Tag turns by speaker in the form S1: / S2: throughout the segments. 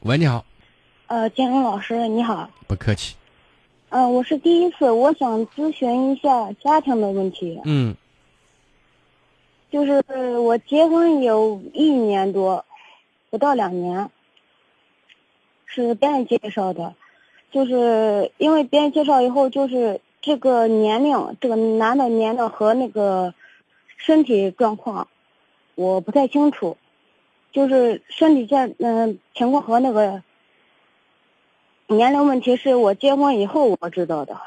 S1: 喂，你好，
S2: 呃，建峰老师你好，
S1: 不客气。
S2: 呃，我是第一次，我想咨询一下家庭的问题。
S1: 嗯，
S2: 就是我结婚有一年多，不到两年，是别人介绍的，就是因为别人介绍以后，就是这个年龄，这个男的年龄和那个身体状况，我不太清楚，就是身体健嗯、情况和那个年龄问题是我结婚以后我知道的，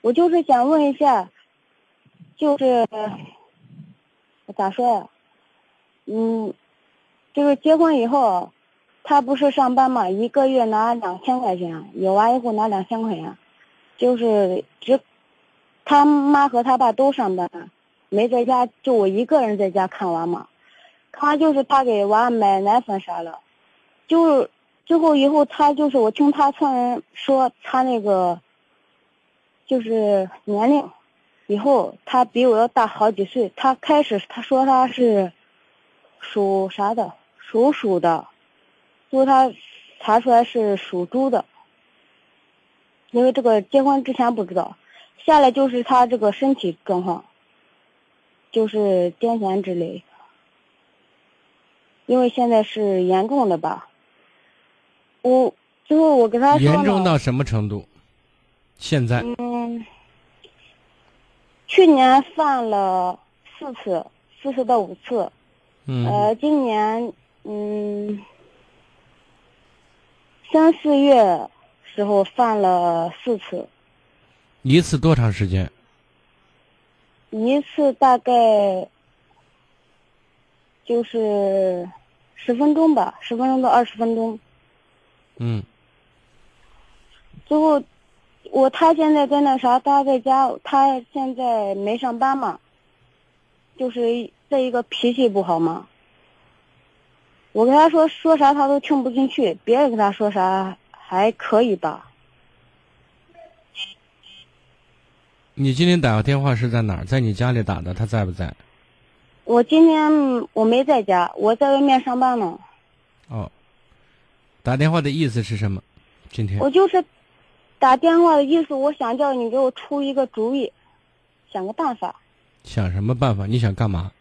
S2: 我就是想问一下。就是咋说呀？嗯，就是结婚以后，他不是上班嘛，一个月拿两千块钱，有娃以后拿两千块钱，就是只他妈和他爸都上班，没在家，就我一个人在家看娃嘛。看完就是他给娃买奶粉啥了，就是最后以后他就是我听他村人说他那个就是年龄。以后他比我要大好几岁。他开始他说他是属啥的，属鼠的，最后他查出来是属猪的。因为这个结婚之前不知道，下来就是他这个身体状况，就是癫痫之类。因为现在是严重的吧，我最后我给他说
S1: 严重
S2: 呢
S1: 到什么程度？现在
S2: 嗯，去年犯了四次，四次到五次，
S1: 嗯
S2: 呃，今年嗯，三四月时候犯了四次，
S1: 一次多长时间？
S2: 一次大概就是十分钟吧，十分钟到二十分钟。
S1: 嗯，
S2: 最后，我他现在在那啥，他在家，他现在没上班嘛，就是这一个脾气不好嘛。我跟他说说啥他都听不进去，别人跟他说啥还可以吧。
S1: 你今天打个电话是在哪儿？在你家里打的，他在不在？
S2: 我今天我没在家，我在外面上班呢。
S1: 哦，打电话的意思是什么？今天
S2: 我就是打电话的意思，我想叫你给我出一个主意，想个办法。
S1: 想什么办法？你想干嘛？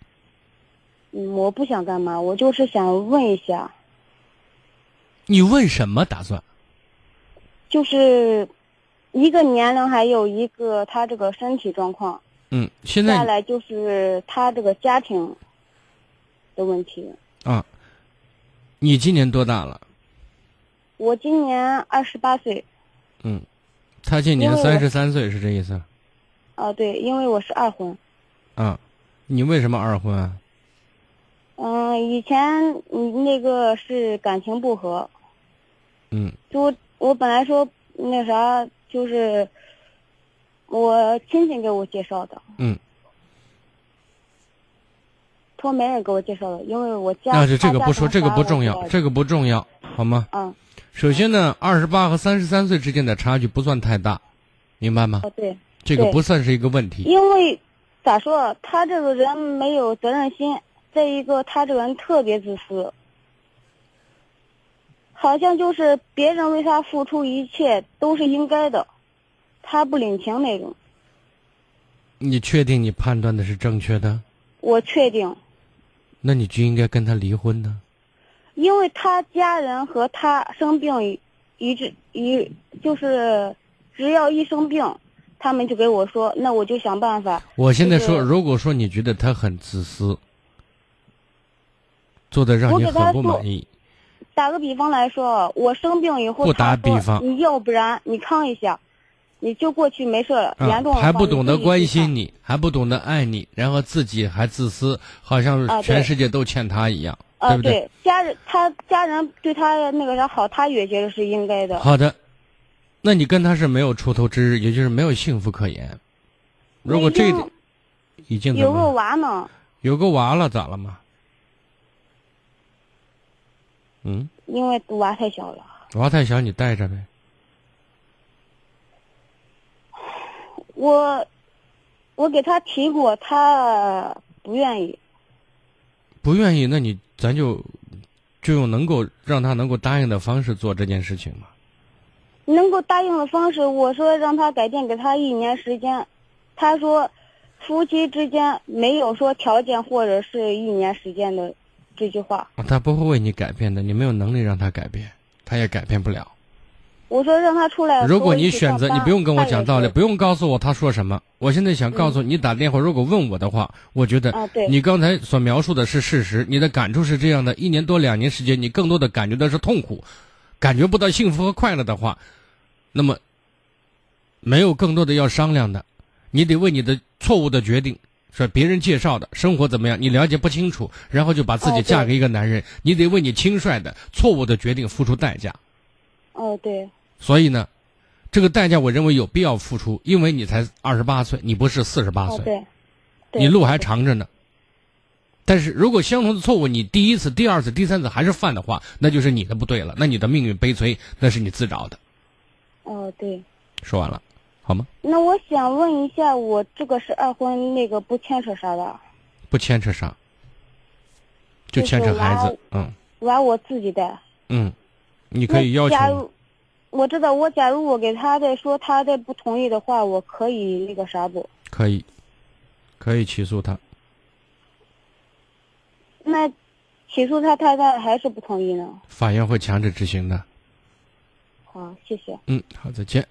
S2: 嗯，我不想干嘛，我就是想问一下。
S1: 你问什么打算？
S2: 就是一个年龄，还有一个他这个身体状况，
S1: 嗯，现
S2: 再
S1: 在
S2: 来就是他这个家庭的问题。
S1: 啊，你今年多大了？
S2: 我今年二十八岁，
S1: 嗯，他今年
S2: 因为我
S1: 三十三岁，是这意思？
S2: 啊，对，因为我是二婚，
S1: 啊，你为什么二婚啊？
S2: 嗯，以前嗯那个是感情不和，
S1: 嗯
S2: 就我本来说那啥，就是我亲戚给我介绍的，
S1: 嗯，
S2: 托媒人给我介绍的，因为我家
S1: 但啊是这个
S2: 他家
S1: 不说，
S2: 庭
S1: 这个
S2: 啥
S1: 不
S2: 我
S1: 重
S2: 知
S1: 要
S2: 道，的
S1: 这个不重要，好吗？
S2: 嗯，
S1: 首先呢，二十八和三十三岁之间的差距不算太大，明白吗？
S2: 哦对。
S1: 这个
S2: 对
S1: 不算是一个问题。
S2: 因为咋说，他这个人没有责任心，再一个他这个人特别自私，好像就是别人为他付出一切都是应该的，他不领情那种。
S1: 你确定你判断的是正确的？
S2: 我确定，
S1: 那你就应该跟他离婚呢。
S2: 因为他家人和他生病一一直一就是，只要一生病，他们就给我说，那我就想办法。
S1: 我现在
S2: 这
S1: 说，
S2: 个
S1: 如果说你觉得他很自私，做的让
S2: 我
S1: 你
S2: 给他
S1: 很不
S2: 做
S1: 满意，
S2: 打个比方来说，啊我生病以后，
S1: 不打
S2: 他说
S1: 比方
S2: 你要不然你康一下，你就过去没事了，
S1: 啊
S2: 严重，了
S1: 还
S2: 话
S1: 不懂得关。
S2: 你自己去看
S1: 心你，还不懂得爱你，然后自己还自私，好像
S2: 啊对
S1: 全世界都欠他一样，
S2: 啊、
S1: 不
S2: 对，家人他家人对他那个啥好，他也觉得是应该的。
S1: 好的，那你跟他是没有出头之日，也就是没有幸福可言。如果这一点已经怎
S2: 有
S1: 么
S2: 个
S1: 了
S2: 娃呢，
S1: 有个娃了，咋了嘛？嗯，
S2: 因为娃太小了，
S1: 娃太小，你带着呗。
S2: 我我给他提过，他不愿意。
S1: 不愿意，那你咱就就用能够让他能够答应的方式做这件事情吗？
S2: 能够答应的方式，我说让他改变，给他一年时间。他说，夫妻之间没有说条件或者是一年时间的这句话。
S1: 啊他不会为你改变的，你没有能力让他改变，他也改变不了。
S2: 我说让他出来和我一起上班。
S1: 如果你选择，你不用跟我
S2: 他也
S1: 讲道理，
S2: 是
S1: 不用告诉我他说什么。我现在想告诉你，打电话如果问我的话，我觉得
S2: 嗯啊对
S1: 你刚才所描述的是事实，你的感触是这样的：一年多两年时间，你更多的感觉到是痛苦，感觉不到幸福和快乐的话，那么没有更多的要商量的，你得为你的错误的决定。说别人介绍的生活怎么样，你了解不清楚，然后就把自己
S2: 啊对
S1: 嫁给一个男人，你得为你轻率的错误的决定付出代价。
S2: 哦，对，
S1: 所以呢，这个代价我认为有必要付出，因为你才二十八岁，你不是四十八
S2: 哦
S1: 岁，
S2: 对，对
S1: 你路还长着呢。但是如果相同的错误你第一次、第二次、第三次还是犯的话，那就是你的不对了，那你的命运悲催，那是你自找的。
S2: 哦对。
S1: 说完了，好吗？
S2: 那我想问一下，我这个是二婚，那个不牵扯啥的，
S1: 不牵扯啥，就
S2: 就是
S1: 牵扯孩
S2: 娃
S1: 子。嗯
S2: 娃我自己带。
S1: 嗯，你可以要
S2: 那假
S1: 求
S2: 如我知道，我假如我给他再说，他再不同意的话，我可以那个啥不？
S1: 可以，可以起诉他。
S2: 那起诉他，他他还是不同意呢？
S1: 法院会强制执行的。
S2: 好，谢谢。
S1: 嗯，好，再见。